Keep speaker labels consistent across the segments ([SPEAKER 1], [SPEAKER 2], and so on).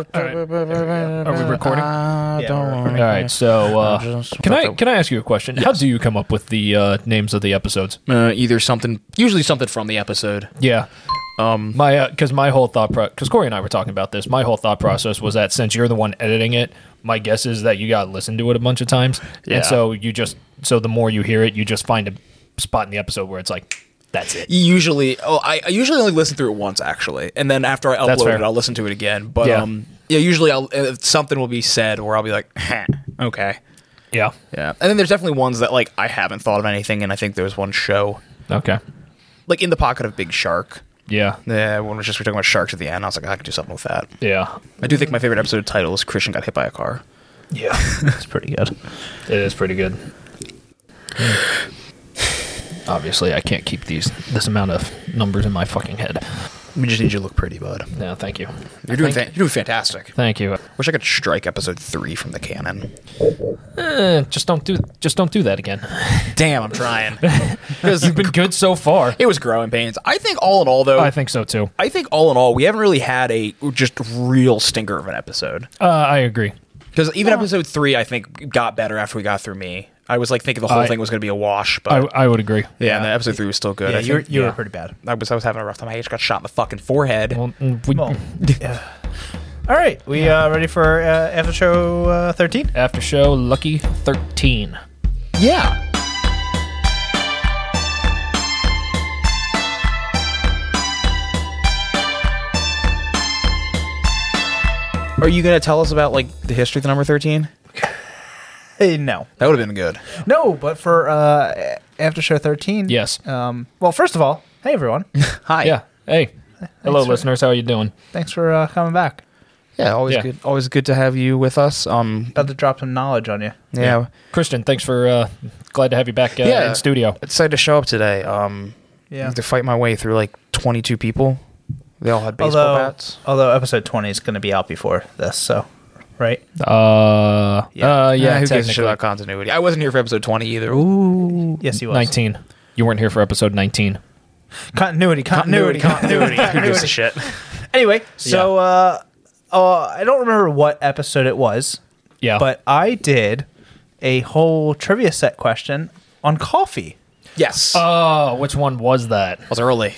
[SPEAKER 1] Are we recording?
[SPEAKER 2] I
[SPEAKER 3] Yeah,
[SPEAKER 2] don't
[SPEAKER 3] we're
[SPEAKER 2] wanna-
[SPEAKER 3] recording.
[SPEAKER 1] All right. So, uh,
[SPEAKER 2] Just-
[SPEAKER 1] can I can I ask you a question? How do you come up with the uh, names of the episodes?
[SPEAKER 3] Uh, either something, usually something from the episode.
[SPEAKER 1] Yeah.
[SPEAKER 3] Um,
[SPEAKER 1] My because my whole thought because Corey and I were talking about this. My whole thought process was that since you're the one editing it, my guess is that you got to listen to it a bunch of times,
[SPEAKER 3] Yeah.
[SPEAKER 1] and so you just so the more you hear it, you just find a spot in the episode where it's like that's it.
[SPEAKER 3] usually, oh, I, I usually only listen through it once actually, and then after I
[SPEAKER 1] That's
[SPEAKER 3] upload it,
[SPEAKER 1] fair.
[SPEAKER 3] I'll listen to it again. But
[SPEAKER 1] Yeah.
[SPEAKER 3] um, yeah, usually I'll, uh, something will be said, or I'll be like, "Huh, okay,
[SPEAKER 1] Yeah.
[SPEAKER 3] yeah. And then there's definitely ones that like I haven't thought of anything, and I think there was one show
[SPEAKER 1] Okay.
[SPEAKER 3] like in the pocket of Big Shark.
[SPEAKER 1] Yeah.
[SPEAKER 3] Yeah, when we're just we're talking about sharks at the end, I was like, I can do something with that.
[SPEAKER 1] Yeah.
[SPEAKER 3] I do think my favorite episode title is Christian got hit by a car.
[SPEAKER 1] Yeah.
[SPEAKER 3] That's pretty good.
[SPEAKER 1] It is pretty good. Obviously, I can't keep these this amount of numbers in my fucking head.
[SPEAKER 3] We just need you to look pretty, bud.
[SPEAKER 1] No, thank you.
[SPEAKER 3] You're doing
[SPEAKER 1] thank,
[SPEAKER 3] fa- you're doing fantastic.
[SPEAKER 1] thank you.
[SPEAKER 3] Wish I could strike episode three from the canon.
[SPEAKER 1] Eh, just don't do just don't do that again.
[SPEAKER 3] Damn, I'm trying. Because
[SPEAKER 1] You've been good so far.
[SPEAKER 3] it was growing pains. I think all in all, though, I,
[SPEAKER 1] I think so too.
[SPEAKER 3] think all in all, we haven't really had a just real stinker of an episode.
[SPEAKER 1] Uh, I agree.
[SPEAKER 3] Because even episode three, I think got better after we got through me. I was like thinking the whole
[SPEAKER 1] I-
[SPEAKER 3] thing was going to be a wash, but
[SPEAKER 1] I, I would agree.
[SPEAKER 3] yeah, and then episode three was still good.
[SPEAKER 2] Yeah,
[SPEAKER 3] I
[SPEAKER 2] you were,
[SPEAKER 3] think,
[SPEAKER 2] you
[SPEAKER 1] yeah.
[SPEAKER 2] were pretty bad.
[SPEAKER 3] I was I was having a rough time. I just got shot in the fucking forehead.
[SPEAKER 1] Well, mm, we,
[SPEAKER 2] Well, All right, we uh, ready for uh, after show uh, 13?
[SPEAKER 1] after show lucky thirteen.
[SPEAKER 3] yeah. Are you going to tell us about like the history of the number thirteen? Uh,
[SPEAKER 2] Hey, no.
[SPEAKER 3] That would have been good.
[SPEAKER 2] No, but for uh, a- after show 13.
[SPEAKER 1] Yes.
[SPEAKER 2] Um, well, first of all, hey, everyone.
[SPEAKER 3] Uh, Hi.
[SPEAKER 1] Yeah. Hey. Hello,
[SPEAKER 2] for-
[SPEAKER 1] listeners. How are you doing?
[SPEAKER 2] Thanks for uh, coming back.
[SPEAKER 3] Yeah, always
[SPEAKER 1] Yeah.
[SPEAKER 3] good. Always good to have you with us. Um,
[SPEAKER 2] About to drop some knowledge on you.
[SPEAKER 3] yeah,
[SPEAKER 1] Christian, thanks for. Uh, glad to have you back uh,
[SPEAKER 3] Yeah.
[SPEAKER 1] in studio.
[SPEAKER 3] I decided to show up today. Um,
[SPEAKER 2] Yeah.
[SPEAKER 3] to fight my way through like twenty-two people. They all had baseball
[SPEAKER 2] although,
[SPEAKER 3] bats.
[SPEAKER 2] although episode 20 is going to be out before this, so, right?
[SPEAKER 1] Uh, yeah. Uh, yeah
[SPEAKER 3] who gives a shit
[SPEAKER 1] technically.
[SPEAKER 3] about continuity? I wasn't here for episode twenty either. Ooh,
[SPEAKER 2] Yes, he was.
[SPEAKER 1] Nineteen. You weren't here for episode nineteen.
[SPEAKER 2] Continuity, continuity, continuity.
[SPEAKER 3] who gives a shit?
[SPEAKER 2] anyway, so uh, uh, I don't remember what episode it was,
[SPEAKER 1] Yeah.
[SPEAKER 2] but I did a whole trivia set question on coffee.
[SPEAKER 3] Yes,
[SPEAKER 1] Oh, which one was that?
[SPEAKER 3] I was early.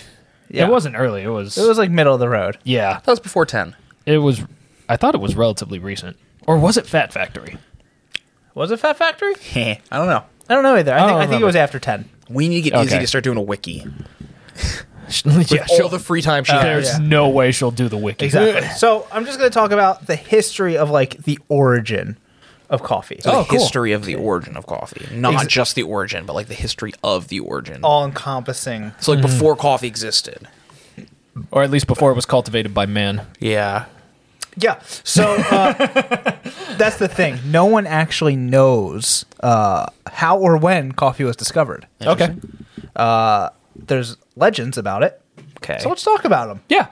[SPEAKER 2] Yeah.
[SPEAKER 1] It wasn't early. It was.
[SPEAKER 2] It was like middle of the road.
[SPEAKER 1] Yeah.
[SPEAKER 3] That was before ten.
[SPEAKER 1] It was. I thought it was relatively recent. Or was it Fat Factory?
[SPEAKER 2] Was it Fat Factory?
[SPEAKER 3] I don't know.
[SPEAKER 2] I don't know either. I, think,
[SPEAKER 1] don't
[SPEAKER 2] I think it
[SPEAKER 1] remember.
[SPEAKER 2] was after ten.
[SPEAKER 3] We need to get
[SPEAKER 1] Okay.
[SPEAKER 3] Izzy to start doing a wiki.
[SPEAKER 1] yeah, Uh,
[SPEAKER 3] All the free time she
[SPEAKER 1] there's
[SPEAKER 3] has.
[SPEAKER 2] yeah.
[SPEAKER 1] no way she'll do the wiki.
[SPEAKER 2] Exactly. so I'm just going to talk about the history of like the origin of coffee,
[SPEAKER 3] So
[SPEAKER 1] Oh,
[SPEAKER 3] the
[SPEAKER 1] cool.
[SPEAKER 3] history of the origin of coffee, not just the origin, but like the history of the origin.
[SPEAKER 2] all encompassing.
[SPEAKER 3] So like before coffee existed.
[SPEAKER 1] Or at least before it was cultivated by man.
[SPEAKER 3] Yeah.
[SPEAKER 2] Yeah. So uh, that's the thing. No one actually knows uh, how or when coffee was discovered.
[SPEAKER 1] Okay.
[SPEAKER 2] There's legends about it.
[SPEAKER 3] Okay.
[SPEAKER 2] So let's talk about them.
[SPEAKER 1] Yeah.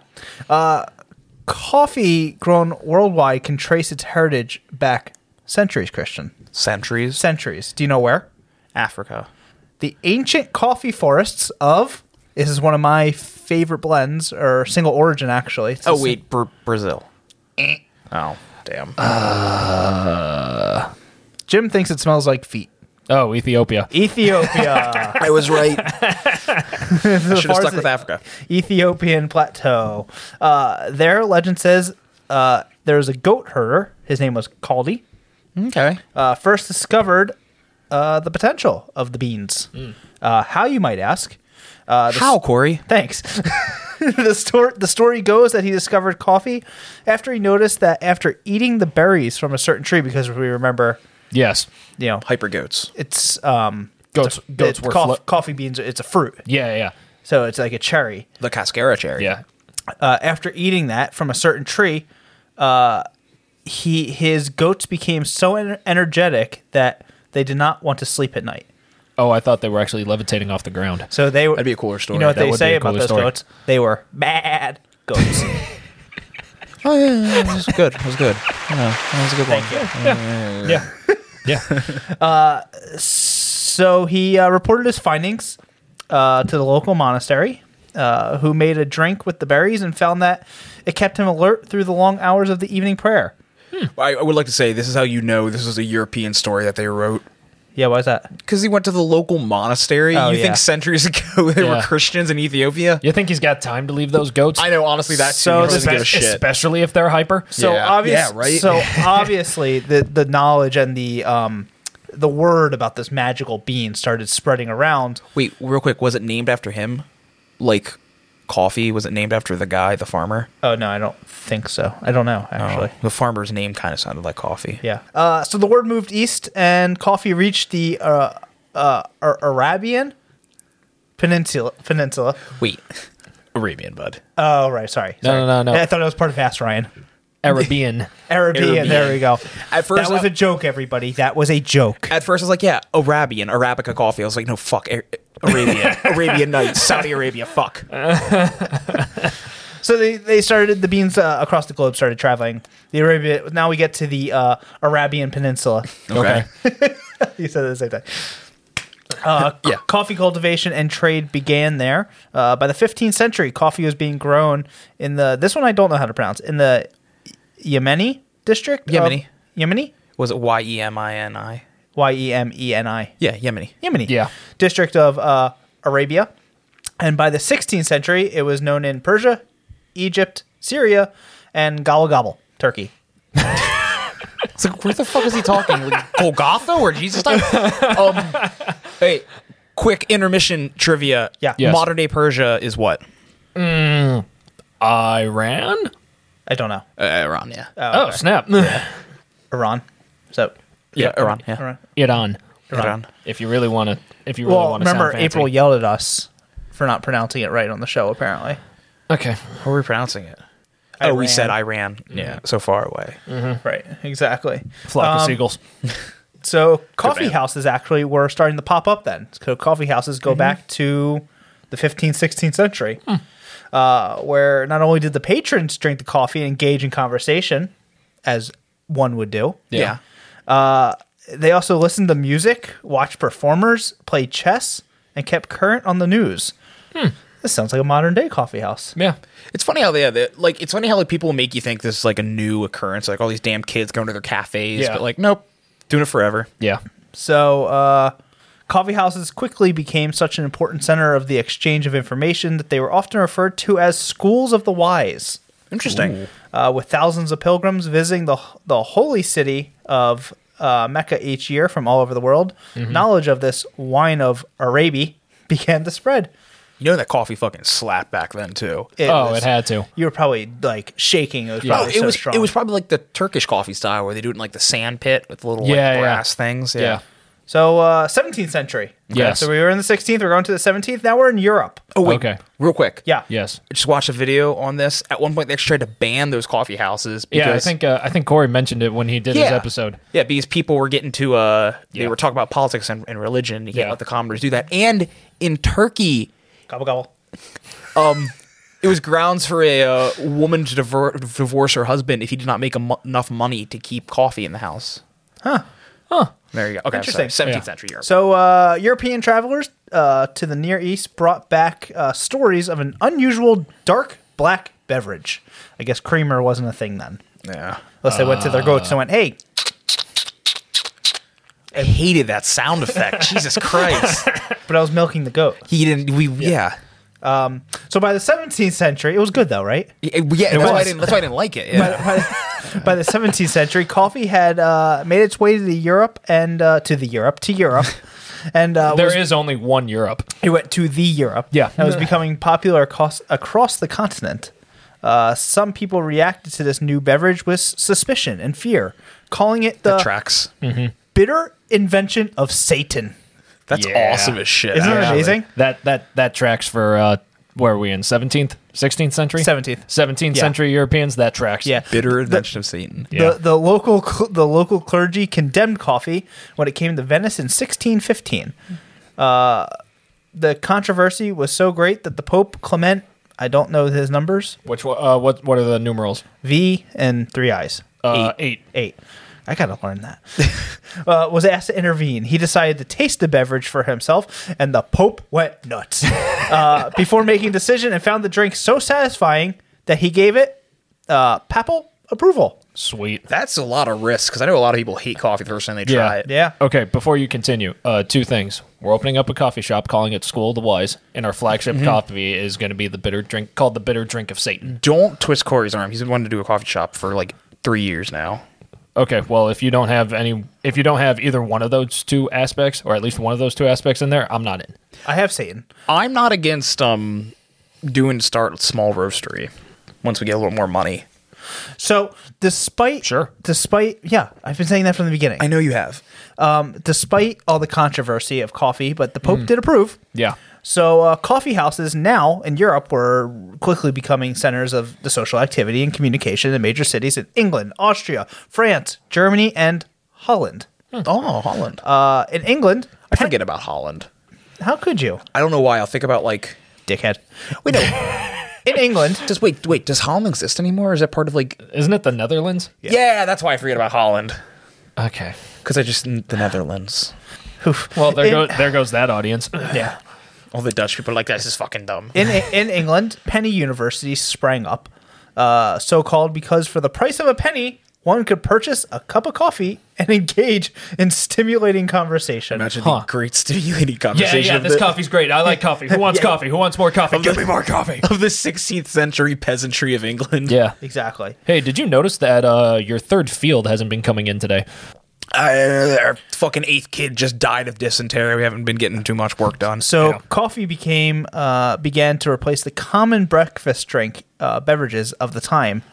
[SPEAKER 2] Coffee grown worldwide can trace its heritage back centuries, Christian.
[SPEAKER 3] centuries.
[SPEAKER 2] Centuries. Do you know where?
[SPEAKER 3] Africa.
[SPEAKER 2] The ancient coffee forests of. This is one of my favorite blends, or single origin, actually. It's a
[SPEAKER 3] Oh
[SPEAKER 2] sing-
[SPEAKER 3] wait, Br- Brazil. oh damn.
[SPEAKER 2] Jim thinks it smells like feet.
[SPEAKER 1] Oh, Ethiopia.
[SPEAKER 2] Ethiopia.
[SPEAKER 3] I was right. I should have
[SPEAKER 2] far
[SPEAKER 3] stuck
[SPEAKER 2] as
[SPEAKER 3] with
[SPEAKER 2] it-
[SPEAKER 3] Africa.
[SPEAKER 2] Ethiopian plateau. Uh, their legend says uh, there was a goat herder. His name was Caldi.
[SPEAKER 3] Okay.
[SPEAKER 2] Uh, first discovered uh, the potential of the beans.
[SPEAKER 3] Hmm.
[SPEAKER 2] Uh, how you might ask? Uh, the
[SPEAKER 3] How, Corey?
[SPEAKER 2] Thanks. the, stor- the story goes that he discovered coffee after he noticed that after eating the berries from a certain tree, because we remember,
[SPEAKER 1] Yes.
[SPEAKER 2] you know,
[SPEAKER 3] Hyper goats.
[SPEAKER 2] it's um,
[SPEAKER 1] Goats.
[SPEAKER 2] it's a-
[SPEAKER 1] goats
[SPEAKER 2] it's
[SPEAKER 1] were.
[SPEAKER 2] coff-
[SPEAKER 1] flo-
[SPEAKER 2] coffee beans. It's a fruit,
[SPEAKER 1] yeah. Yeah.
[SPEAKER 2] so it's like a cherry.
[SPEAKER 3] The cascara cherry.
[SPEAKER 1] Yeah.
[SPEAKER 2] Uh, after eating that from a certain tree, uh, he his goats became so en- energetic that they did not want to sleep at night.
[SPEAKER 1] Oh, I thought they were actually levitating off the ground.
[SPEAKER 2] So they were.
[SPEAKER 3] That'd be a cooler story.
[SPEAKER 2] You know what
[SPEAKER 1] That
[SPEAKER 2] they
[SPEAKER 1] would be
[SPEAKER 2] say
[SPEAKER 1] a
[SPEAKER 2] about
[SPEAKER 1] cooler
[SPEAKER 2] those
[SPEAKER 1] story.
[SPEAKER 2] goats? They were bad goats.
[SPEAKER 3] Oh yeah, yeah, yeah. It was good. It was good. Yeah, that was a good one.
[SPEAKER 1] Yeah. Yeah.
[SPEAKER 2] so he uh, reported his findings uh, to the local monastery. uh, who made a drink with the berries and found that it kept him alert through the long hours of the evening prayer.
[SPEAKER 3] I, I would like to say this is how you know this is a European story that they wrote.
[SPEAKER 2] Yeah, why is that?
[SPEAKER 3] Because he went to the local monastery.
[SPEAKER 2] Oh,
[SPEAKER 3] you
[SPEAKER 2] yeah.
[SPEAKER 3] think centuries ago they were
[SPEAKER 1] Yeah.
[SPEAKER 3] Christians in Ethiopia?
[SPEAKER 1] You think he's got time to leave those goats?
[SPEAKER 3] I know, honestly, that
[SPEAKER 2] So
[SPEAKER 3] so
[SPEAKER 2] this
[SPEAKER 3] doesn't give a
[SPEAKER 1] Espe-
[SPEAKER 3] shit.
[SPEAKER 1] Especially if they're hyper.
[SPEAKER 2] So
[SPEAKER 3] Yeah.
[SPEAKER 2] obvious,
[SPEAKER 3] Yeah, right?
[SPEAKER 2] So obviously, the the knowledge and the um the word about this magical bean started spreading around.
[SPEAKER 3] Wait, real quick, was it named after him? Like coffee? Was it named after the guy, the farmer?
[SPEAKER 2] Oh no, I don't think so. I don't know actually.
[SPEAKER 3] Oh, the farmer's name kind of sounded like coffee.
[SPEAKER 2] Yeah. Uh, so the word moved east, and coffee reached the uh, uh, Ar- Arabian peninsula. Peninsula.
[SPEAKER 3] Wait, Arabian bud.
[SPEAKER 2] Oh, right. Sorry.
[SPEAKER 1] No,
[SPEAKER 2] sorry.
[SPEAKER 1] no, no, no.
[SPEAKER 2] I thought it was part of Ask Ryan.
[SPEAKER 1] Arabian.
[SPEAKER 2] Arabian.
[SPEAKER 3] Arabian.
[SPEAKER 2] There we go.
[SPEAKER 3] At first
[SPEAKER 2] that was
[SPEAKER 3] I-
[SPEAKER 2] a joke, everybody. That was a joke.
[SPEAKER 3] At first, I was like, yeah, Arabian, Arabica coffee. I was like, no, fuck, Ar- Arabian, Arabian Nights, Saudi Arabia, fuck.
[SPEAKER 2] So they, they started the beans uh, across the globe started traveling. The Arabia. Now we get to the uh, Arabian Peninsula.
[SPEAKER 1] Okay.
[SPEAKER 2] you said it the same time. Uh, c- coffee cultivation and trade began there. Uh, by the 15th century, coffee was being grown in the this one I don't know how to pronounce in the Yemeni district. of-
[SPEAKER 3] Yemeni.
[SPEAKER 2] Yemeni,
[SPEAKER 3] Was it Y E M I N I?
[SPEAKER 2] Y e m e n i.
[SPEAKER 3] Yeah, Yemeni.
[SPEAKER 2] Yemeni,
[SPEAKER 1] Yeah.
[SPEAKER 2] district of uh, Arabia. And by the 16th century, it was known in Persia, Egypt, Syria, and Gobble Gobble, Turkey.
[SPEAKER 3] It's like, where the fuck is he talking? Like, Golgotha or Jesus time? Um, hey, quick intermission trivia.
[SPEAKER 2] Yeah.
[SPEAKER 1] Yes.
[SPEAKER 3] Modern day Persia is what?
[SPEAKER 1] Iran?
[SPEAKER 2] I don't know.
[SPEAKER 3] Uh, Iran, yeah.
[SPEAKER 1] Oh, snap.
[SPEAKER 2] Iran. So
[SPEAKER 3] yeah, Iran, yeah.
[SPEAKER 2] Iran.
[SPEAKER 1] Iran.
[SPEAKER 3] Iran.
[SPEAKER 1] If you really want to, if you really
[SPEAKER 2] Well,
[SPEAKER 1] want to
[SPEAKER 2] remember
[SPEAKER 1] sound fancy.
[SPEAKER 2] April yelled at us for not pronouncing it right on the show. Apparently,
[SPEAKER 1] Okay.
[SPEAKER 3] How are we pronouncing it? Oh, we
[SPEAKER 2] Iran.
[SPEAKER 3] said Iran. Yeah, so far away.
[SPEAKER 2] right? Exactly.
[SPEAKER 1] Flock of
[SPEAKER 2] Um,
[SPEAKER 1] seagulls.
[SPEAKER 2] So coffee
[SPEAKER 3] man.
[SPEAKER 2] houses actually were starting to pop up then. So coffee houses go back to the 15th, 16th century, uh, where not only did the patrons drink the coffee and engage in conversation, as one would do, uh,
[SPEAKER 1] Yeah.
[SPEAKER 2] they also listened to music, watched performers, played chess, and kept current on the news. This sounds like a modern day coffee house.
[SPEAKER 1] Yeah.
[SPEAKER 3] It's funny how they, they like. It's funny how like people make you think this is like a new occurrence, like all these damn kids going to their cafes,
[SPEAKER 1] Yeah.
[SPEAKER 3] but like, nope, doing it forever.
[SPEAKER 1] Yeah.
[SPEAKER 2] So, uh, coffee houses quickly became such an important center of the exchange of information that they were often referred to as schools of the wise,
[SPEAKER 3] Interesting.
[SPEAKER 2] uh, with thousands of pilgrims visiting the, the holy city of uh, Mecca each year from all over the world. Knowledge of this wine of Araby began to spread.
[SPEAKER 3] You know that coffee fucking slapped back then too.
[SPEAKER 1] oh, it had to.
[SPEAKER 2] You were probably like shaking. It was probably
[SPEAKER 3] it
[SPEAKER 2] so
[SPEAKER 3] was
[SPEAKER 2] strong.
[SPEAKER 3] it was probably like the Turkish coffee style where they do it in like the sand pit with little like,
[SPEAKER 1] Yeah, yeah.
[SPEAKER 3] brass things. Yeah.
[SPEAKER 1] Yeah.
[SPEAKER 2] so, uh, 17th century.
[SPEAKER 1] Yes.
[SPEAKER 2] So we were in the 16th. We're going to the 17th. Now we're in Europe.
[SPEAKER 3] Oh wait,
[SPEAKER 1] Okay.
[SPEAKER 3] real quick.
[SPEAKER 2] Yeah.
[SPEAKER 1] Yes.
[SPEAKER 3] I just watched a video on this. At one point, they actually tried to ban those coffee houses. Because,
[SPEAKER 1] Yeah, I think uh, I think Corey mentioned it when he did his episode.
[SPEAKER 3] Yeah, because people were getting to uh, they
[SPEAKER 1] Yeah.
[SPEAKER 3] were talking about politics and, and religion. You can't
[SPEAKER 1] Yeah.
[SPEAKER 3] let the commoners do that. And in Turkey,
[SPEAKER 2] Gobble gobble.
[SPEAKER 3] it was grounds for a uh, woman to divor- divorce her husband if he did not make em- enough money to keep coffee in the house. Huh. Huh. There you go. Okay,
[SPEAKER 2] Interesting.
[SPEAKER 3] Interesting. Seventeenth
[SPEAKER 1] Yeah.
[SPEAKER 3] century Europe.
[SPEAKER 2] So, uh, European travelers uh, to the Near East brought back uh, stories of an unusual dark black beverage. I guess creamer wasn't a thing then.
[SPEAKER 3] yeah.
[SPEAKER 2] Unless they went to their goats and went, hey,
[SPEAKER 3] I hated that sound effect. Jesus Christ.
[SPEAKER 2] but I was milking the goat.
[SPEAKER 3] He didn't. We yeah.
[SPEAKER 2] So, by the 17th century, it was good though, right?
[SPEAKER 3] Yeah, yeah, that's, why I
[SPEAKER 2] was.
[SPEAKER 3] didn't, that's why I didn't like it. Yeah.
[SPEAKER 2] By the- by the 17th century, coffee had uh, made its way to the Europe and uh, to the Europe, to Europe. And uh,
[SPEAKER 1] There
[SPEAKER 2] was-
[SPEAKER 1] is only one Europe.
[SPEAKER 2] It went to the Europe.
[SPEAKER 1] Yeah.
[SPEAKER 2] That was becoming popular across, across the continent. Uh, some people reacted to this new beverage with suspicion and fear, calling it the
[SPEAKER 3] That tracks.
[SPEAKER 2] bitter invention of Satan.
[SPEAKER 3] That's
[SPEAKER 1] Yeah.
[SPEAKER 3] awesome as shit.
[SPEAKER 2] Isn't it
[SPEAKER 3] actually.
[SPEAKER 2] amazing?
[SPEAKER 1] That that that tracks for uh, where are we in seventeenth, sixteenth century,
[SPEAKER 2] 17th.
[SPEAKER 1] seventeenth
[SPEAKER 2] Yeah.
[SPEAKER 1] century Europeans. That tracks.
[SPEAKER 2] Yeah.
[SPEAKER 3] Bitter invention of Satan.
[SPEAKER 1] Yeah.
[SPEAKER 2] The, the local cl- the local clergy condemned coffee when it came to Venice in 1615. Uh, the controversy was so great that the Pope Clement, I don't know his numbers,
[SPEAKER 1] Which one- uh, what what are the numerals?
[SPEAKER 2] V and three eyes.
[SPEAKER 1] Uh, eight.
[SPEAKER 2] eight. I gotta learn that. uh, was asked to intervene. He decided to taste the beverage for himself, and the Pope went nuts. uh, before making a decision and found the drink so satisfying that he gave it uh, papal approval.
[SPEAKER 1] Sweet.
[SPEAKER 3] That's a lot of risk because I know a lot of people hate coffee the first time they try
[SPEAKER 1] Yeah.
[SPEAKER 3] it.
[SPEAKER 2] Yeah.
[SPEAKER 1] Okay, before you continue, uh, two things. We're opening up a coffee shop, calling it School of the Wise, and our flagship coffee is going to be the bitter drink called the Bitter Drink of Satan.
[SPEAKER 3] Don't twist Corey's arm. He's been wanting to do a coffee shop for like three years now.
[SPEAKER 1] Okay, well, if you don't have any, if you don't have either one of those two aspects, or at least one of those two aspects in there, I'm not in.
[SPEAKER 2] I have Satan.
[SPEAKER 3] I'm not against um doing start with small roastery once we get a little more money.
[SPEAKER 2] So despite
[SPEAKER 1] Sure.
[SPEAKER 2] despite yeah, I've been saying that from the beginning.
[SPEAKER 3] know you have.
[SPEAKER 2] Um, despite all the controversy of coffee, but the Pope did approve.
[SPEAKER 1] Yeah.
[SPEAKER 2] So uh, coffee houses now in Europe were quickly becoming centers of the social activity and communication in major cities in England, Austria, France, Germany, and Holland.
[SPEAKER 3] Oh, Holland.
[SPEAKER 2] Uh, in England,
[SPEAKER 3] I forget about Holland.
[SPEAKER 2] how could you,
[SPEAKER 3] I don't know why. I'll think about like
[SPEAKER 2] dickhead?
[SPEAKER 3] wait no.
[SPEAKER 2] In England,
[SPEAKER 3] Just wait, wait. Does Holland exist anymore? Or is that part of like?
[SPEAKER 1] Isn't it the Netherlands?
[SPEAKER 3] Yeah, that's why I forget about Holland
[SPEAKER 1] Okay.
[SPEAKER 3] because I just the Netherlands.
[SPEAKER 1] Well, there,
[SPEAKER 2] In-
[SPEAKER 1] go, there goes that audience.
[SPEAKER 2] yeah.
[SPEAKER 3] All the Dutch people are like this is fucking dumb.
[SPEAKER 2] in in England, penny universities sprang up, uh, so called because for the price of a penny, one could purchase a cup of coffee and engage in stimulating conversation.
[SPEAKER 3] Imagine
[SPEAKER 1] Huh.
[SPEAKER 3] the great stimulating conversation of, the,
[SPEAKER 1] coffee's great. I like coffee. Who wants coffee? Who wants more coffee?
[SPEAKER 3] Give me more coffee of the 16th century peasantry of England.
[SPEAKER 1] Yeah.
[SPEAKER 2] Exactly.
[SPEAKER 1] Hey, did you notice that uh, your third field hasn't been coming in today?
[SPEAKER 3] I- our fucking eighth kid just died of dysentery. We haven't been getting too much work done.
[SPEAKER 2] So coffee became uh, began to replace the common breakfast drink uh, beverages of the time.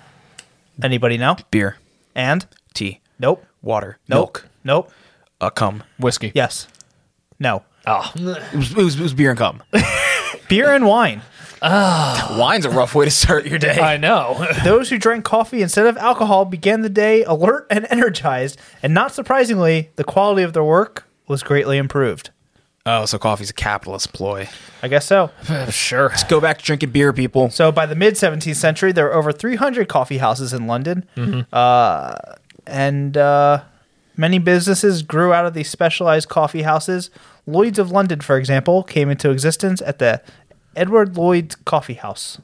[SPEAKER 2] Anybody know?
[SPEAKER 3] beer,
[SPEAKER 2] And
[SPEAKER 3] tea,
[SPEAKER 2] nope,
[SPEAKER 3] water,
[SPEAKER 2] nope,
[SPEAKER 3] milk,
[SPEAKER 2] nope.
[SPEAKER 3] uh, cum.
[SPEAKER 1] Whiskey.
[SPEAKER 2] Yes, no.
[SPEAKER 1] Oh.
[SPEAKER 3] It was, it was, it was beer and cum.
[SPEAKER 2] Beer and wine.
[SPEAKER 3] Wine's a rough way to start your day.
[SPEAKER 1] I know.
[SPEAKER 2] Those who drank coffee instead of alcohol began the day alert and energized, and not surprisingly, the quality of their work was greatly improved.
[SPEAKER 3] oh, so coffee's a capitalist ploy.
[SPEAKER 2] I guess so.
[SPEAKER 1] sure.
[SPEAKER 3] Go back to drinking beer, people.
[SPEAKER 2] So by the mid 17th century, there were over 300 coffee houses in London,
[SPEAKER 1] Mm-hmm.
[SPEAKER 2] uh, and uh, many businesses grew out of these specialized coffee houses. Lloyd's of London, for example, came into existence at the Edward Lloyd's Coffee House.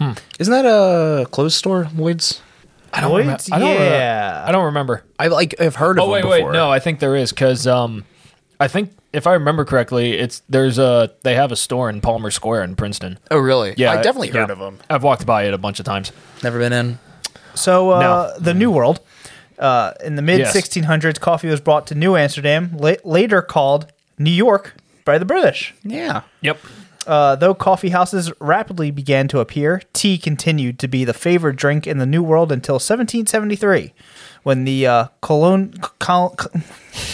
[SPEAKER 3] Isn't that a closed store, Lloyd's?
[SPEAKER 1] I don't remem-
[SPEAKER 2] Lloyd's,
[SPEAKER 1] I don't remem-
[SPEAKER 2] yeah.
[SPEAKER 1] I don't remember.
[SPEAKER 3] I like I've heard of
[SPEAKER 1] Oh wait,
[SPEAKER 3] them
[SPEAKER 1] wait,
[SPEAKER 3] before.
[SPEAKER 1] no, I think there is because um, I think if I remember correctly, it's there's a they have a store in Palmer Square in Princeton.
[SPEAKER 3] Oh, really?
[SPEAKER 1] Yeah,
[SPEAKER 3] I definitely heard
[SPEAKER 1] yeah.
[SPEAKER 3] of them.
[SPEAKER 1] I've walked by it a bunch of times.
[SPEAKER 3] Never been in.
[SPEAKER 2] So uh, the New World. Uh, in the mid
[SPEAKER 1] Yes.
[SPEAKER 2] 1600s, coffee was brought to New Amsterdam, la- later called New York by the British.
[SPEAKER 3] Yeah.
[SPEAKER 1] Yep.
[SPEAKER 2] Uh, though coffee houses rapidly began to appear, tea continued to be the favored drink in the New World until 1773, when the uh, colon col- col-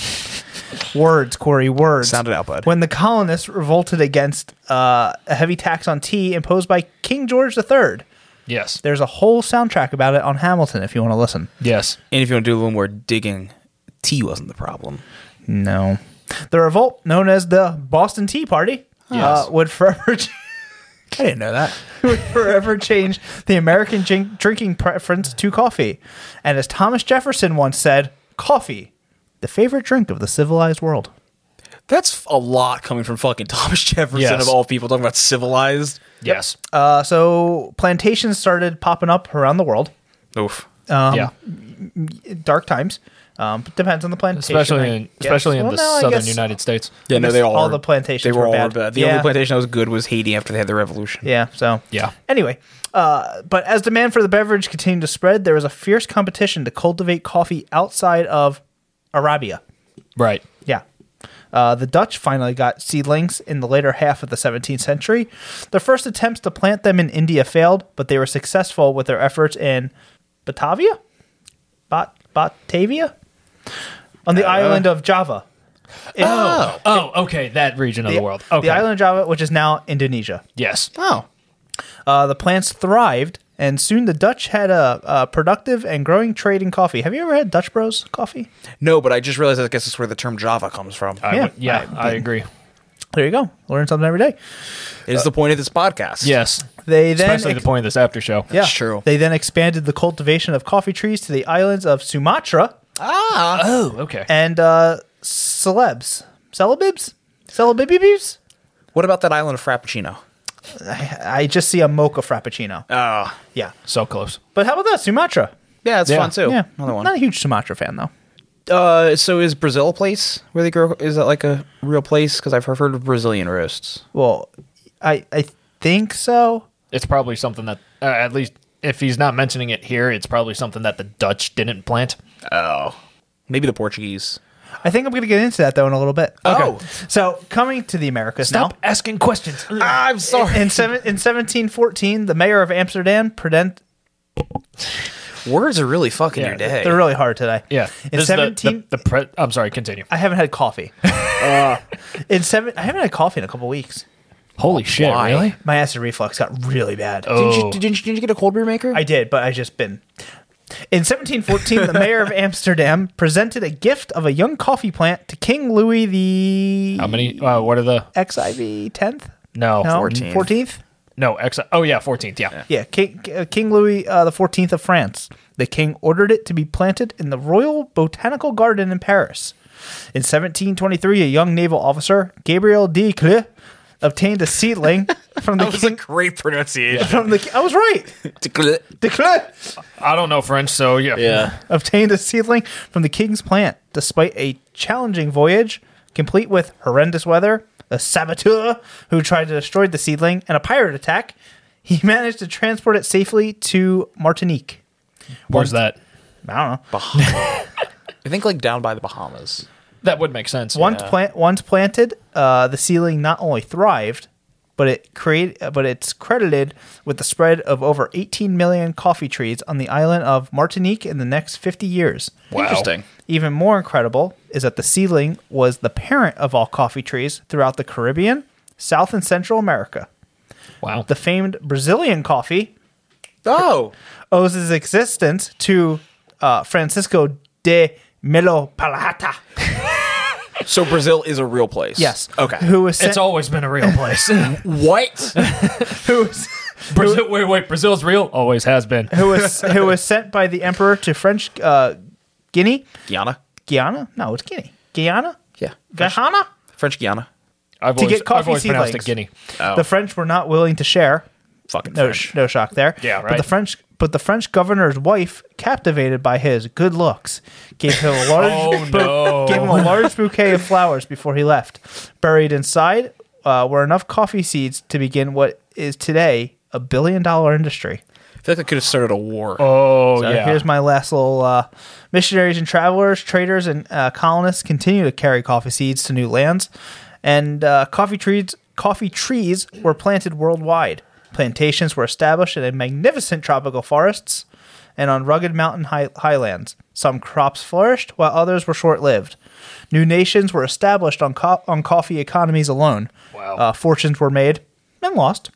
[SPEAKER 2] words, Corey, words
[SPEAKER 3] Sound it out, bud.
[SPEAKER 2] When the colonists revolted against uh, a heavy tax on tea imposed by King George III.
[SPEAKER 1] Yes.
[SPEAKER 2] There's a whole soundtrack about it on Hamilton if you want to listen.
[SPEAKER 1] Yes.
[SPEAKER 3] And if you want to do a little more digging, tea wasn't the problem.
[SPEAKER 2] No. The revolt, known as the Boston Tea Party, uh,
[SPEAKER 1] Yes.
[SPEAKER 2] would forever ch-
[SPEAKER 3] I didn't know that.
[SPEAKER 2] would forever change the American drink- drinking preference to coffee. And as Thomas Jefferson once said, coffee, the favorite drink of the civilized world.
[SPEAKER 3] That's a lot coming from fucking Thomas Jefferson
[SPEAKER 1] Yes.
[SPEAKER 3] of all people talking about civilized.
[SPEAKER 1] Yes.
[SPEAKER 2] Uh, so plantations started popping up around the world.
[SPEAKER 3] Oof.
[SPEAKER 1] yeah.
[SPEAKER 2] Dark times. Um, depends on the plantation. I
[SPEAKER 1] Especially in
[SPEAKER 2] guess.
[SPEAKER 1] especially in
[SPEAKER 2] Well,
[SPEAKER 1] the
[SPEAKER 2] no, I
[SPEAKER 1] southern
[SPEAKER 2] guess-
[SPEAKER 1] United States.
[SPEAKER 3] Yeah, no, they all
[SPEAKER 2] all the plantations
[SPEAKER 3] They were,
[SPEAKER 2] were
[SPEAKER 3] all
[SPEAKER 2] bad.
[SPEAKER 3] bad. The
[SPEAKER 2] Yeah.
[SPEAKER 3] only plantation that was good was Haiti after they had the revolution.
[SPEAKER 2] Yeah. So
[SPEAKER 1] Yeah.
[SPEAKER 2] Anyway, uh, but as demand for the beverage continued to spread, there was a fierce competition to cultivate coffee outside of Arabia.
[SPEAKER 1] Right.
[SPEAKER 2] Yeah. Uh, the Dutch finally got seedlings in the later half of the 17th century. Their first attempts to plant them in India failed, but they were successful with their efforts in Batavia? Bat- Batavia? On the island of Java. In-
[SPEAKER 1] Uh, Oh, okay, that region of the, world. Okay.
[SPEAKER 2] The island of Java, which is now Indonesia.
[SPEAKER 1] Yes.
[SPEAKER 3] Oh.
[SPEAKER 2] Uh, the plants thrived, and soon the Dutch had a, a productive and growing trade in coffee. Have you ever had Dutch Bros coffee?
[SPEAKER 3] No, but I just realized I guess that's where the term Java comes from.
[SPEAKER 1] I
[SPEAKER 2] Yeah.
[SPEAKER 1] would- yeah, I, agree.
[SPEAKER 2] There you go. Learn something every day.
[SPEAKER 3] It is the point of this podcast.
[SPEAKER 1] Yes.
[SPEAKER 2] They then
[SPEAKER 1] Especially the point of this after show.
[SPEAKER 2] Yeah.
[SPEAKER 3] That's true.
[SPEAKER 2] They then expanded the cultivation of coffee trees to the islands of Sumatra
[SPEAKER 3] Ah.
[SPEAKER 1] Oh, okay.
[SPEAKER 2] and uh, Celebes. Celebibs? Celebibibs?
[SPEAKER 3] What about that island of Frappuccino?
[SPEAKER 2] I, I just see a mocha frappuccino.
[SPEAKER 3] Oh,
[SPEAKER 2] Yeah.
[SPEAKER 1] So close.
[SPEAKER 2] But how about that? Sumatra.
[SPEAKER 3] yeah, it's
[SPEAKER 1] Yeah.
[SPEAKER 3] fun too.
[SPEAKER 2] yeah.
[SPEAKER 3] Another one.
[SPEAKER 2] Not e- a huge Sumatra fan, though.
[SPEAKER 3] Uh, so is Brazil a place where they grow? Is that like a real place? Because I've heard of Brazilian roasts.
[SPEAKER 2] Well, I, I think so.
[SPEAKER 1] It's probably something that, uh, at least if he's not mentioning it here, it's probably something that the Dutch didn't plant.
[SPEAKER 3] Oh, maybe the Portuguese.
[SPEAKER 2] I think I'm going to get into that, though, in a little bit.
[SPEAKER 3] Oh.
[SPEAKER 2] So, coming to the Americas
[SPEAKER 1] Stop
[SPEAKER 2] now.
[SPEAKER 1] asking questions.
[SPEAKER 3] Ah, I'm sorry.
[SPEAKER 2] In, seven, in 1714, the mayor of Amsterdam, Prudent,
[SPEAKER 3] Words are really fucking your
[SPEAKER 1] Yeah,
[SPEAKER 3] day.
[SPEAKER 2] they're really hard today.
[SPEAKER 1] Yeah.
[SPEAKER 2] In
[SPEAKER 1] This is the-
[SPEAKER 2] 17,
[SPEAKER 1] the, the pre- I'm sorry, continue.
[SPEAKER 2] I haven't had coffee.
[SPEAKER 1] Uh.
[SPEAKER 2] in seven, I haven't had coffee in a couple weeks.
[SPEAKER 1] Holy shit,
[SPEAKER 3] Why?
[SPEAKER 1] really?
[SPEAKER 2] My acid reflux got really bad.
[SPEAKER 3] Didn't,
[SPEAKER 1] Oh.
[SPEAKER 3] you, didn't, you, didn't you get a cold brew maker?
[SPEAKER 2] I did, but I just been. In 1714, the mayor of Amsterdam presented a gift of a young coffee plant to King Louis the
[SPEAKER 1] How many? Uh, what are the?
[SPEAKER 2] XIV 10th?
[SPEAKER 1] No,
[SPEAKER 2] No,
[SPEAKER 3] 14th.
[SPEAKER 2] 14th?
[SPEAKER 1] no. Ex- oh yeah, 14th. Yeah.
[SPEAKER 2] Yeah, King, uh, King Louis uh, the 14th of France. The king ordered it to be planted in the Royal Botanical Garden in Paris. In 1723, a young naval officer, Gabriel de Cleux, obtained a seedling from the king.
[SPEAKER 3] great pronunciation.
[SPEAKER 2] from the, I was right. De Cleux
[SPEAKER 1] I don't know French, so yeah.
[SPEAKER 3] yeah.
[SPEAKER 2] obtained a seedling from the king's plant, despite a challenging voyage, complete with horrendous weather, a saboteur who tried to destroy the seedling, and a pirate attack. He managed to transport it safely to Martinique.
[SPEAKER 1] Where's that?
[SPEAKER 2] I don't know.
[SPEAKER 3] I think like down by the Bahamas.
[SPEAKER 1] That would make sense.
[SPEAKER 2] Once plant once planted, uh, the seedling not only thrived, but it create but it's credited with the spread of over 18 million coffee trees on the island of Martinique in the next 50 years.
[SPEAKER 1] Wow.
[SPEAKER 3] Interesting.
[SPEAKER 2] Even more incredible is that the seedling was the parent of all coffee trees throughout the Caribbean, South and Central America.
[SPEAKER 1] Wow.
[SPEAKER 2] The famed Brazilian coffee
[SPEAKER 3] Oh,
[SPEAKER 2] owes its existence to uh, Francisco de Melo Palahata.
[SPEAKER 3] so Brazil is a real place.
[SPEAKER 2] Yes.
[SPEAKER 3] Okay.
[SPEAKER 2] Who was sent,
[SPEAKER 1] it's always been a real place.
[SPEAKER 3] What?
[SPEAKER 2] who was
[SPEAKER 1] Brazil. Wait, wait. Brazil's real. Always has been.
[SPEAKER 2] who was who was sent by the emperor to French uh, Guinea,
[SPEAKER 3] Guyana.
[SPEAKER 2] Guyana? No, it's Guinea, Guyana,
[SPEAKER 3] Yeah.
[SPEAKER 2] Guyana.
[SPEAKER 3] French Guiana.
[SPEAKER 1] I've
[SPEAKER 2] To
[SPEAKER 1] always,
[SPEAKER 2] get coffee
[SPEAKER 1] I've always pronounced
[SPEAKER 2] seedlings.
[SPEAKER 1] it Guinea.
[SPEAKER 3] Oh.
[SPEAKER 2] The French were not willing to share.
[SPEAKER 3] Fucking
[SPEAKER 2] No,
[SPEAKER 3] French.
[SPEAKER 2] no shock there.
[SPEAKER 1] Yeah,
[SPEAKER 2] But the
[SPEAKER 1] right.
[SPEAKER 2] French, but the French governor's wife, captivated by his good looks, gave him a large
[SPEAKER 1] Oh,
[SPEAKER 2] bou-
[SPEAKER 1] no.
[SPEAKER 2] gave him a large bouquet of flowers before he left. Buried inside uh, were enough coffee seeds to begin what is today a billion dollar industry.
[SPEAKER 3] I feel like I could have started a war.
[SPEAKER 1] Oh
[SPEAKER 2] So
[SPEAKER 1] yeah.
[SPEAKER 2] here's my last little uh, missionaries and travelers, traders and uh, colonists continue to carry coffee seeds to new lands, and uh, coffee trees coffee trees were planted worldwide. Plantations were established in magnificent tropical forests and on rugged mountain high- highlands. Some crops flourished, while others were short-lived. New nations were established on co- on coffee economies alone.
[SPEAKER 1] Wow.
[SPEAKER 2] Uh, fortunes were made and lost.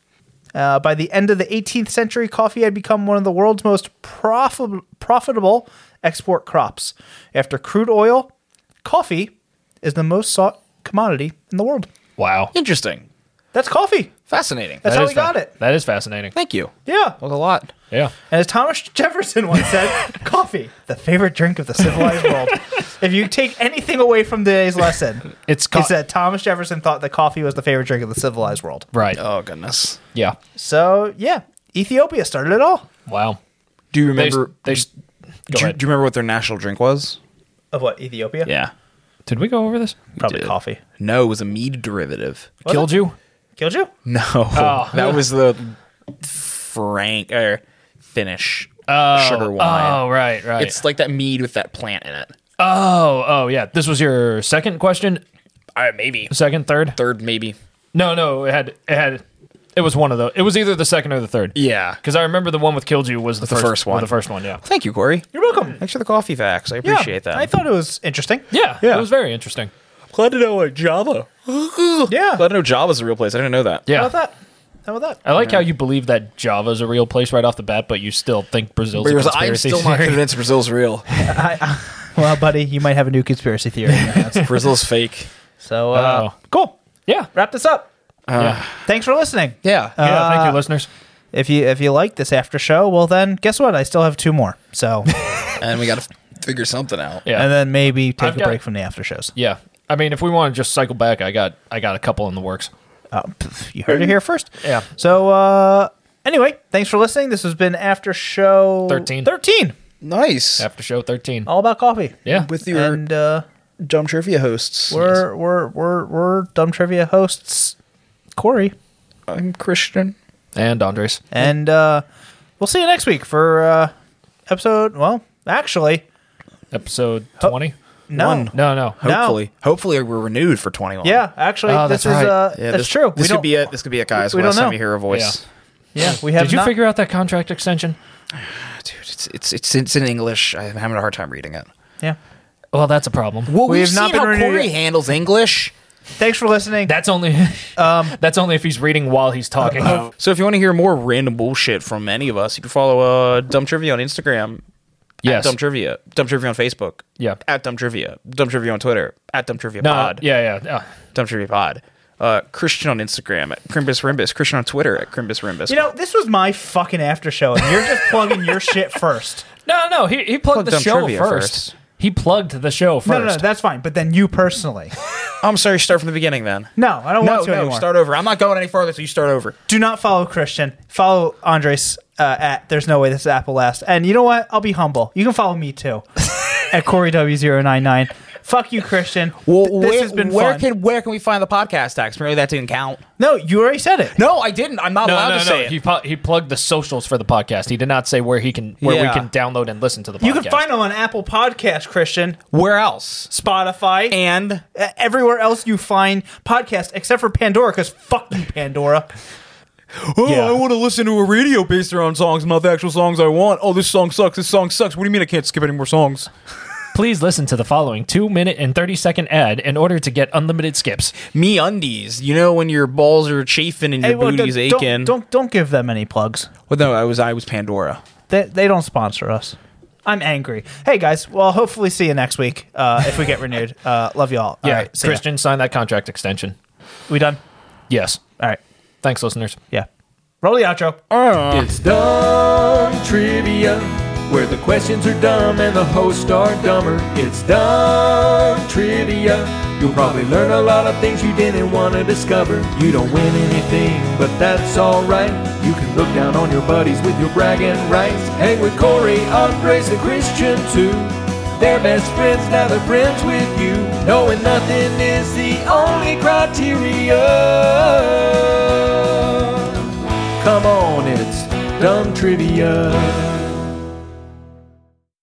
[SPEAKER 2] Uh, by the end of the 18th century, coffee had become one of the world's most profi- profitable export crops. After crude oil, coffee is the most sought commodity in the world.
[SPEAKER 1] wow.
[SPEAKER 3] Interesting.
[SPEAKER 2] That's coffee.
[SPEAKER 3] Fascinating.
[SPEAKER 2] That's
[SPEAKER 1] That
[SPEAKER 2] how
[SPEAKER 1] is
[SPEAKER 2] we got
[SPEAKER 1] fa-
[SPEAKER 2] it.
[SPEAKER 1] That is fascinating.
[SPEAKER 3] Thank you.
[SPEAKER 2] Yeah.
[SPEAKER 3] That was a lot.
[SPEAKER 1] Yeah.
[SPEAKER 2] And as Thomas Jefferson once said, coffee, the favorite drink of the civilized world. If you take anything away from today's lesson,
[SPEAKER 1] It's co-
[SPEAKER 2] it's that Thomas Jefferson thought that coffee was the favorite drink of the civilized world.
[SPEAKER 1] right.
[SPEAKER 3] Oh goodness.
[SPEAKER 1] yeah.
[SPEAKER 2] So, yeah, Ethiopia started it all.
[SPEAKER 1] Wow.
[SPEAKER 3] Do you
[SPEAKER 1] They,
[SPEAKER 3] remember?
[SPEAKER 1] they,
[SPEAKER 3] do, you,
[SPEAKER 1] ahead.
[SPEAKER 3] do you remember what their national drink was?
[SPEAKER 2] Of what, Ethiopia?
[SPEAKER 3] Yeah.
[SPEAKER 1] did we go over this?
[SPEAKER 2] Probably
[SPEAKER 3] Did.
[SPEAKER 2] coffee.
[SPEAKER 3] No, it was a mead derivative.
[SPEAKER 1] Killed you?
[SPEAKER 2] Killed you?
[SPEAKER 3] No,
[SPEAKER 1] Oh.
[SPEAKER 3] that was the Frank or Finnish sugar wine.
[SPEAKER 1] Oh right, right.
[SPEAKER 3] It's like that mead with that plant in it.
[SPEAKER 1] oh oh yeah. This was your second question.
[SPEAKER 3] Uh, maybe
[SPEAKER 1] Second, third.
[SPEAKER 3] third, maybe.
[SPEAKER 1] No, no, it had it had it was one of those. It was either the second or the third.
[SPEAKER 3] Yeah.
[SPEAKER 1] Because I remember the one with Killed You was the, first,
[SPEAKER 3] first one.
[SPEAKER 1] The first one, yeah.
[SPEAKER 3] Thank you, Corey.
[SPEAKER 2] You're welcome.
[SPEAKER 3] Thanks for the coffee facts. I
[SPEAKER 2] Yeah,
[SPEAKER 3] appreciate that.
[SPEAKER 2] I thought it was interesting.
[SPEAKER 1] Yeah,
[SPEAKER 3] Yeah.
[SPEAKER 1] It was very interesting.
[SPEAKER 3] glad to know what Java.
[SPEAKER 2] Yeah.
[SPEAKER 3] Glad to know Java's a real place. I didn't know that.
[SPEAKER 2] How
[SPEAKER 1] Yeah.
[SPEAKER 2] about that? How about that?
[SPEAKER 1] I like how you believe that Java's a real place right off the bat, but you still think Brazil's a
[SPEAKER 3] Whereas I'm
[SPEAKER 1] conspiracy
[SPEAKER 3] still not
[SPEAKER 1] theory.
[SPEAKER 3] convinced Brazil's real.
[SPEAKER 2] Well, buddy, you might have a new conspiracy theory. in your hands.
[SPEAKER 3] Brazil's fake.
[SPEAKER 2] so, uh,
[SPEAKER 1] Oh.
[SPEAKER 2] cool.
[SPEAKER 1] Yeah.
[SPEAKER 2] Wrap this up.
[SPEAKER 1] yeah.
[SPEAKER 2] Thanks for listening.
[SPEAKER 3] Yeah.
[SPEAKER 1] Yeah, thank
[SPEAKER 2] Uh,
[SPEAKER 1] you, listeners.
[SPEAKER 2] If you if you like this after show, well then guess what? I still have two more. So,
[SPEAKER 3] and we got to figure something out.
[SPEAKER 1] Yeah.
[SPEAKER 2] and then maybe take
[SPEAKER 1] I've
[SPEAKER 2] a
[SPEAKER 1] got-
[SPEAKER 2] break from the after shows.
[SPEAKER 1] yeah. I mean, if we want to just cycle back, I got I got a couple in the works.
[SPEAKER 2] Uh, pff, you heard it here first.
[SPEAKER 1] Yeah.
[SPEAKER 2] So uh, anyway, thanks for listening. This has been After Show
[SPEAKER 1] 13.
[SPEAKER 2] 13.
[SPEAKER 3] Nice.
[SPEAKER 1] After show 13.
[SPEAKER 2] All about coffee.
[SPEAKER 1] yeah.
[SPEAKER 3] With your
[SPEAKER 2] And uh,
[SPEAKER 3] dumb trivia hosts.
[SPEAKER 2] we're, we're we're we're dumb trivia hosts, Corey,
[SPEAKER 3] I'm Christian.
[SPEAKER 1] and Andres.
[SPEAKER 2] and uh, we'll see you next week for uh, episode. Well, actually,
[SPEAKER 1] Episode 20.
[SPEAKER 2] no.
[SPEAKER 3] One.
[SPEAKER 1] No, no.
[SPEAKER 2] No.
[SPEAKER 3] Hopefully, hopefully we're renewed for 21.
[SPEAKER 2] Yeah, actually,
[SPEAKER 1] Oh,
[SPEAKER 2] this
[SPEAKER 1] that's
[SPEAKER 2] is
[SPEAKER 1] right.
[SPEAKER 2] uh,
[SPEAKER 3] Yeah,
[SPEAKER 2] that's
[SPEAKER 3] this,
[SPEAKER 2] true.
[SPEAKER 3] This
[SPEAKER 2] don't-
[SPEAKER 3] could be it. This could be it, guys.
[SPEAKER 2] we
[SPEAKER 3] last
[SPEAKER 2] don't know.
[SPEAKER 3] time you hear a voice,
[SPEAKER 2] Yeah, we have.
[SPEAKER 1] Did you
[SPEAKER 2] not-
[SPEAKER 1] figure out that contract extension?
[SPEAKER 3] dude, it's, it's it's it's in English. I'm having a hard time reading it.
[SPEAKER 2] Yeah.
[SPEAKER 1] Well, that's a problem.
[SPEAKER 3] Well,
[SPEAKER 2] We
[SPEAKER 3] we've
[SPEAKER 2] have not
[SPEAKER 3] seen
[SPEAKER 2] been
[SPEAKER 3] how
[SPEAKER 2] renewed
[SPEAKER 3] Corey
[SPEAKER 2] yet.
[SPEAKER 3] handles English.
[SPEAKER 2] Thanks for listening.
[SPEAKER 1] That's only that's only if he's reading while he's talking.
[SPEAKER 3] So if you want to hear more random bullshit from any of us, you can follow uh, Dumb Trivia on Instagram.
[SPEAKER 1] Yes.
[SPEAKER 3] At Dumb Trivia. Dumb Trivia on Facebook.
[SPEAKER 1] Yeah.
[SPEAKER 3] At Dumb Trivia. Dumb Trivia on Twitter. At Dumb Trivia
[SPEAKER 1] no,
[SPEAKER 3] Pod.
[SPEAKER 1] yeah, yeah. Uh,
[SPEAKER 3] Dumb Trivia Pod. Uh, Christian on Instagram at Crimbus Rimbus. Christian on Twitter at Crimbus Rimbus.
[SPEAKER 2] you know, this was my fucking after show, and you're just plugging your shit first.
[SPEAKER 1] no, no, he, he plugged,
[SPEAKER 3] Plugged
[SPEAKER 1] the
[SPEAKER 3] Dumb
[SPEAKER 1] show
[SPEAKER 3] Trivia
[SPEAKER 1] first.
[SPEAKER 3] first.
[SPEAKER 1] He plugged the show first.
[SPEAKER 2] No, no, no, that's fine. But then you personally.
[SPEAKER 3] I'm sorry, start from the beginning then.
[SPEAKER 2] No, I don't
[SPEAKER 3] No,
[SPEAKER 2] want to
[SPEAKER 3] no,
[SPEAKER 2] anymore.
[SPEAKER 3] start over. I'm not going any farther, so you start over.
[SPEAKER 2] Do not follow Christian. Follow Andres uh, at There's No Way This Apple Lasts. And you know what? I'll be humble. You can follow me too at Corey W099. Fuck you, Christian. Th- this has been
[SPEAKER 3] where
[SPEAKER 2] fun.
[SPEAKER 3] can where can we find the podcast tax? Really, that didn't count.
[SPEAKER 2] no, you already said it.
[SPEAKER 3] No, I didn't. I'm not
[SPEAKER 1] No,
[SPEAKER 3] allowed
[SPEAKER 1] no,
[SPEAKER 3] to
[SPEAKER 1] no.
[SPEAKER 3] say it.
[SPEAKER 1] He pu- he plugged the socials for the podcast. He did not say where he can where
[SPEAKER 3] Yeah.
[SPEAKER 1] we can download and listen to the podcast.
[SPEAKER 2] You can find them on Apple Podcast, Christian,
[SPEAKER 3] Where else?
[SPEAKER 2] Spotify,
[SPEAKER 3] And
[SPEAKER 2] uh, everywhere else you find podcasts except for Pandora, because fuck you, Pandora.
[SPEAKER 3] Oh,
[SPEAKER 1] Yeah.
[SPEAKER 3] I want to listen to a radio based around songs, not the actual songs I want. Oh, this song sucks. This song sucks. What do you mean I can't skip any more songs?
[SPEAKER 1] Please listen to the following two minute and thirty second ad in order to get unlimited skips.
[SPEAKER 3] Me undies. You know when your balls are chafing and your
[SPEAKER 2] Hey, well,
[SPEAKER 3] booty's
[SPEAKER 2] don't-
[SPEAKER 3] aching.
[SPEAKER 2] Don't, don't don't give them any plugs.
[SPEAKER 3] Well, no, I was I was Pandora.
[SPEAKER 2] They they don't sponsor us. I'm angry. Hey guys, well hopefully see you next week uh, if we get renewed. Uh, love y'all. All
[SPEAKER 1] Yeah,
[SPEAKER 2] right, see ya.
[SPEAKER 1] Christian, sign that contract extension.
[SPEAKER 2] we done.
[SPEAKER 1] Yes.
[SPEAKER 2] All right,
[SPEAKER 1] Thanks, listeners.
[SPEAKER 2] yeah. Roll the outro.
[SPEAKER 4] It's dumb trivia, where the questions are dumb and the hosts are dumber. It's dumb trivia. You'll probably learn a lot of things you didn't want to discover. You don't win anything, but that's alright. You can look down on your buddies with your bragging rights. Hang with Corey, Andres, and Christian too. They're best friends, now they're friends with you. Knowing nothing is the only criteria. Come on, it's dumb trivia.